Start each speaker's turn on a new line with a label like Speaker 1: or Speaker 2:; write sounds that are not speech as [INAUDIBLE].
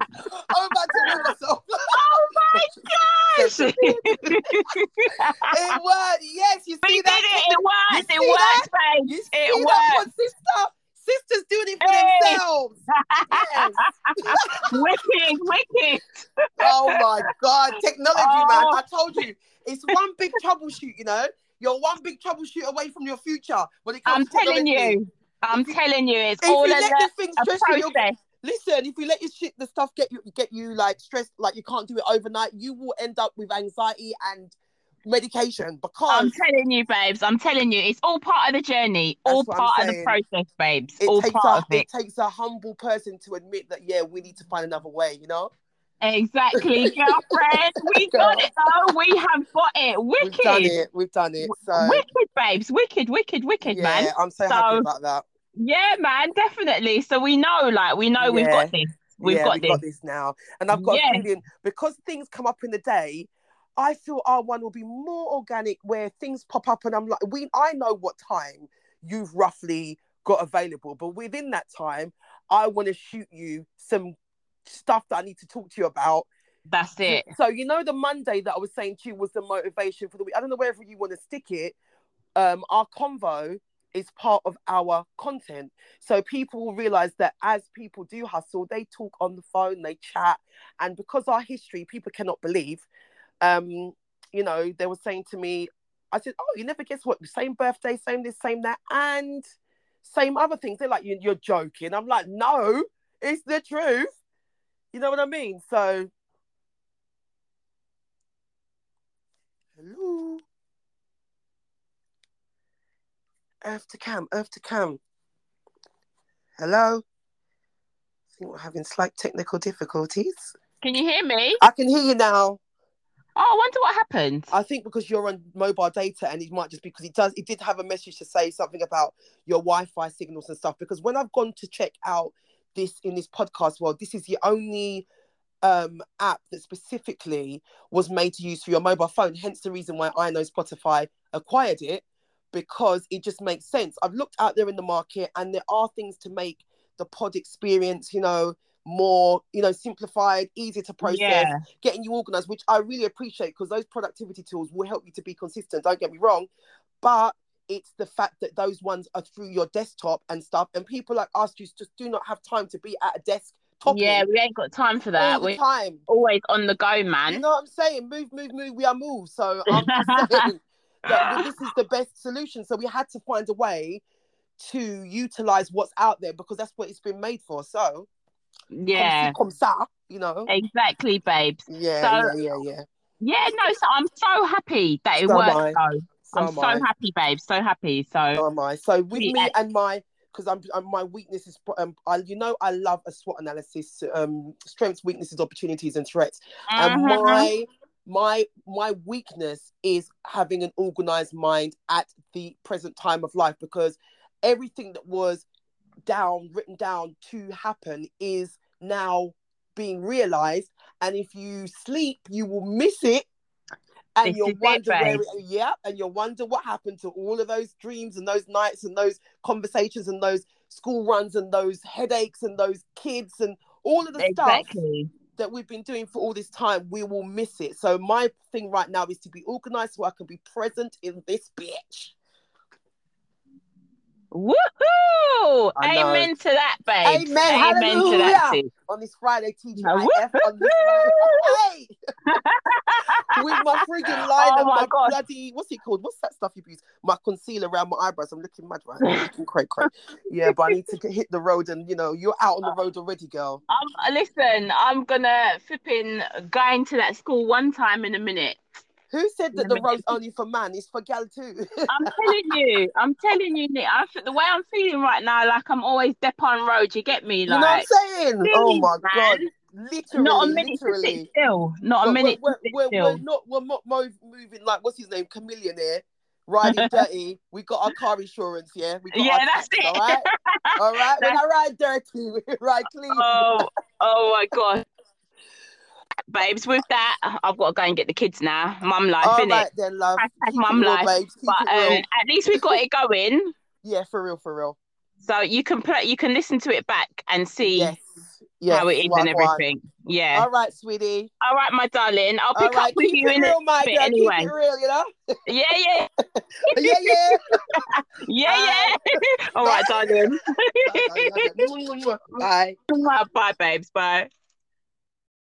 Speaker 1: I'm about to hurt myself.
Speaker 2: Oh my gosh! it
Speaker 1: [LAUGHS] It was. Yes, you see
Speaker 2: it,
Speaker 1: that?
Speaker 2: it
Speaker 1: You
Speaker 2: was.
Speaker 1: see
Speaker 2: It was.
Speaker 1: that?
Speaker 2: Faith.
Speaker 1: You see
Speaker 2: it
Speaker 1: that
Speaker 2: was.
Speaker 1: what sister? Sisters do it for
Speaker 2: Hey.
Speaker 1: themselves.
Speaker 2: [LAUGHS]
Speaker 1: Yes.
Speaker 2: wicked, wicked.
Speaker 1: Oh my God, technology, man!
Speaker 2: Oh.
Speaker 1: I told you, it's one big troubleshoot. You know, you're one big troubleshoot away from your future when it comes.
Speaker 2: I'm
Speaker 1: to
Speaker 2: telling
Speaker 1: technology.
Speaker 2: you. I'm telling you. It's
Speaker 1: If
Speaker 2: all
Speaker 1: you
Speaker 2: a,
Speaker 1: let
Speaker 2: le-
Speaker 1: the things
Speaker 2: a
Speaker 1: stress you, you'll
Speaker 2: process.
Speaker 1: listen. If you let your shit, the stuff get you, get you like stressed, like you can't do it overnight. You will end up with anxiety and medication because
Speaker 2: I'm telling you, babes. I'm telling you. It's all part of the journey.
Speaker 1: That's
Speaker 2: all
Speaker 1: what I'm
Speaker 2: part of the
Speaker 1: saying.
Speaker 2: process, babes.
Speaker 1: it
Speaker 2: all
Speaker 1: takes
Speaker 2: part
Speaker 1: a
Speaker 2: of it.
Speaker 1: takes a humble person to admit that yeah, we need to find another way. You know,
Speaker 2: Exactly, girlfriend. We got
Speaker 1: Girl.
Speaker 2: it though. We have got it. Wicked.
Speaker 1: we've done it. We've done it. So
Speaker 2: Wicked, babes. Wicked, wicked, wicked,
Speaker 1: yeah,
Speaker 2: man.
Speaker 1: I'm so, happy
Speaker 2: So-
Speaker 1: about that.
Speaker 2: Yeah, man, definitely. So we know, like, we know we've
Speaker 1: Yeah.
Speaker 2: got this. We've
Speaker 1: yeah,
Speaker 2: got
Speaker 1: we've
Speaker 2: this.
Speaker 1: got this now. And I've got
Speaker 2: Yeah.
Speaker 1: a feeling because things come up in the day, I feel our one will be more organic where things pop up and I'm like, we I know what time you've roughly got available, but within that time, I want to shoot you some stuff that I need to talk to you about.
Speaker 2: That's it.
Speaker 1: So you know the Monday that I was saying to you was the motivation for the week. I don't know whether you want to stick it. Um, our convo is part of our content. So people will realize that as people do hustle, they talk on the phone, they chat, and because our history, people cannot believe. Um, you know, they were saying to me, I said, "Oh, you never guess what? Same birthday, same this, same that, and same other things." They're like, "You- "You're joking." I'm like, "No, it's the truth." You know what I mean? So, hello, Earth to Cam, Earth to Cam. Hello. I think we're having slight technical difficulties.
Speaker 2: Can you hear me?
Speaker 1: I can hear you now.
Speaker 2: Oh, I wonder what happened.
Speaker 1: I think because you're on mobile data, and it might just because it does. It did have a message to say something about your Wi-Fi signals and stuff. Because when I've gone to check out this in this podcast world, this is the only um, app that specifically was made to use for your mobile phone. Hence the reason why I know Spotify acquired it because it just makes sense. I've looked out there in the market, and there are things to make the pod experience, you know, more, you know, simplified, easier to process
Speaker 2: Yeah,
Speaker 1: getting you organized, which I really appreciate because those productivity tools will help you to be consistent. Don't get me wrong, but it's the fact that those ones are through your desktop and stuff, and people like us just just do not have time to be at a desk talking
Speaker 2: yeah, we ain't got time for
Speaker 1: all
Speaker 2: that.
Speaker 1: the
Speaker 2: We're
Speaker 1: time.
Speaker 2: always on the go,
Speaker 1: You
Speaker 2: man.
Speaker 1: know what I'm saying? Move, move, move. We are moved.
Speaker 2: [LAUGHS]
Speaker 1: So I'm just saying
Speaker 2: Ah.
Speaker 1: that this is the best solution. So we had to find a way to utilize what's out there because that's what it's been made for. So comme ci,
Speaker 2: [SIGHS] Yeah,
Speaker 1: comme ça, you know.
Speaker 2: exactly, babes.
Speaker 1: Yeah,
Speaker 2: So-
Speaker 1: yeah, yeah, yeah.
Speaker 2: Yeah, no, so I'm so happy that it
Speaker 1: So am
Speaker 2: worked,
Speaker 1: I.
Speaker 2: though.
Speaker 1: So
Speaker 2: I'm
Speaker 1: am
Speaker 2: so
Speaker 1: I.
Speaker 2: happy, babe. So happy. So
Speaker 1: Oh my! So with
Speaker 2: We
Speaker 1: me
Speaker 2: act-
Speaker 1: and my, because I'm, i my weakness is, um, I, you know, I love a SWOT analysis: um, strengths, weaknesses, opportunities, and threats.
Speaker 2: [LAUGHS]
Speaker 1: And
Speaker 2: Mhm.
Speaker 1: my, my, my weakness is having an organized mind at the present time of life because everything that was down, written down to happen, is now being realized. And if you sleep, you will miss it. And
Speaker 2: This
Speaker 1: you'll
Speaker 2: is it,
Speaker 1: wonder where
Speaker 2: babe.
Speaker 1: it, yeah, and you'll wonder what happened to all of those dreams and those nights and those conversations and those school runs and those headaches and those kids and all of the stuff
Speaker 2: exactly.
Speaker 1: that we've been doing for all this time, we will miss it. So my thing right now is to be organized so I can be present in this bitch.
Speaker 2: Woohoo!
Speaker 1: I know.
Speaker 2: Amen to that, babes. to
Speaker 1: Amen.
Speaker 2: that.
Speaker 1: Hallelujah.
Speaker 2: sis.
Speaker 1: On this Friday, TGIF
Speaker 2: Now,
Speaker 1: on this Friday. Hey! [LAUGHS] With my
Speaker 2: [LAUGHS]
Speaker 1: friggin' line
Speaker 2: Oh
Speaker 1: and
Speaker 2: my
Speaker 1: my,
Speaker 2: God.
Speaker 1: bloody what's it called? What's that stuff you use? My concealer around my eyebrows. I'm looking mad right now. Looking cray cray. Yeah, but I need
Speaker 2: [LAUGHS]
Speaker 1: to get, hit the road and you know, you're out on the road already, girl.
Speaker 2: Um, listen, I'm gonna flipping go into that school one time in a minute.
Speaker 1: Who said
Speaker 2: Let
Speaker 1: that the
Speaker 2: me-
Speaker 1: road's only for man? It's for gal too. [LAUGHS]
Speaker 2: I'm telling you, I'm telling you, Nick. I, feel- the way I'm feeling right now, like I'm always dep on road. You get me,
Speaker 1: you know what I'm
Speaker 2: like
Speaker 1: saying? Oh
Speaker 2: please,
Speaker 1: my god.
Speaker 2: man.
Speaker 1: Literally,
Speaker 2: not a minute to
Speaker 1: literally.
Speaker 2: sit still, not a
Speaker 1: But
Speaker 2: minute
Speaker 1: we're,
Speaker 2: to sit
Speaker 1: we're, we're,
Speaker 2: still.
Speaker 1: we're not we're not mo- moving like what's his name chameleon here
Speaker 2: [LAUGHS]
Speaker 1: riding dirty we got our car insurance yeah we got
Speaker 2: Yeah,
Speaker 1: our
Speaker 2: that's
Speaker 1: tax,
Speaker 2: it.
Speaker 1: all right all right
Speaker 2: [LAUGHS]
Speaker 1: when i ride dirty [LAUGHS] we ride clean
Speaker 2: Oh, oh my god, babes. With that, I've got to go and get the kids now. Mum life,
Speaker 1: all
Speaker 2: innit?
Speaker 1: right then love
Speaker 2: Hashtag
Speaker 1: keep it
Speaker 2: mum
Speaker 1: real
Speaker 2: life,
Speaker 1: babes keep
Speaker 2: But uh,
Speaker 1: it real
Speaker 2: um, at least we got it going.
Speaker 1: yeah for real for real
Speaker 2: So you can play, you can listen to it back and see
Speaker 1: Yes. Yes.
Speaker 2: how it is
Speaker 1: wagwan.
Speaker 2: and everything. Yeah.
Speaker 1: All right, sweetie.
Speaker 2: All right, my darling. I'll
Speaker 1: All
Speaker 2: pick
Speaker 1: right,
Speaker 2: up with
Speaker 1: keep
Speaker 2: you
Speaker 1: it
Speaker 2: in a
Speaker 1: real, my
Speaker 2: bit
Speaker 1: girl.
Speaker 2: anyway.
Speaker 1: Keep it real, you know. [LAUGHS]
Speaker 2: Yeah, yeah,
Speaker 1: yeah,
Speaker 2: [LAUGHS]
Speaker 1: yeah.
Speaker 2: yeah, [LAUGHS] yeah. All right, darling.
Speaker 1: Bye.
Speaker 2: [LAUGHS] Bye, babes. Bye.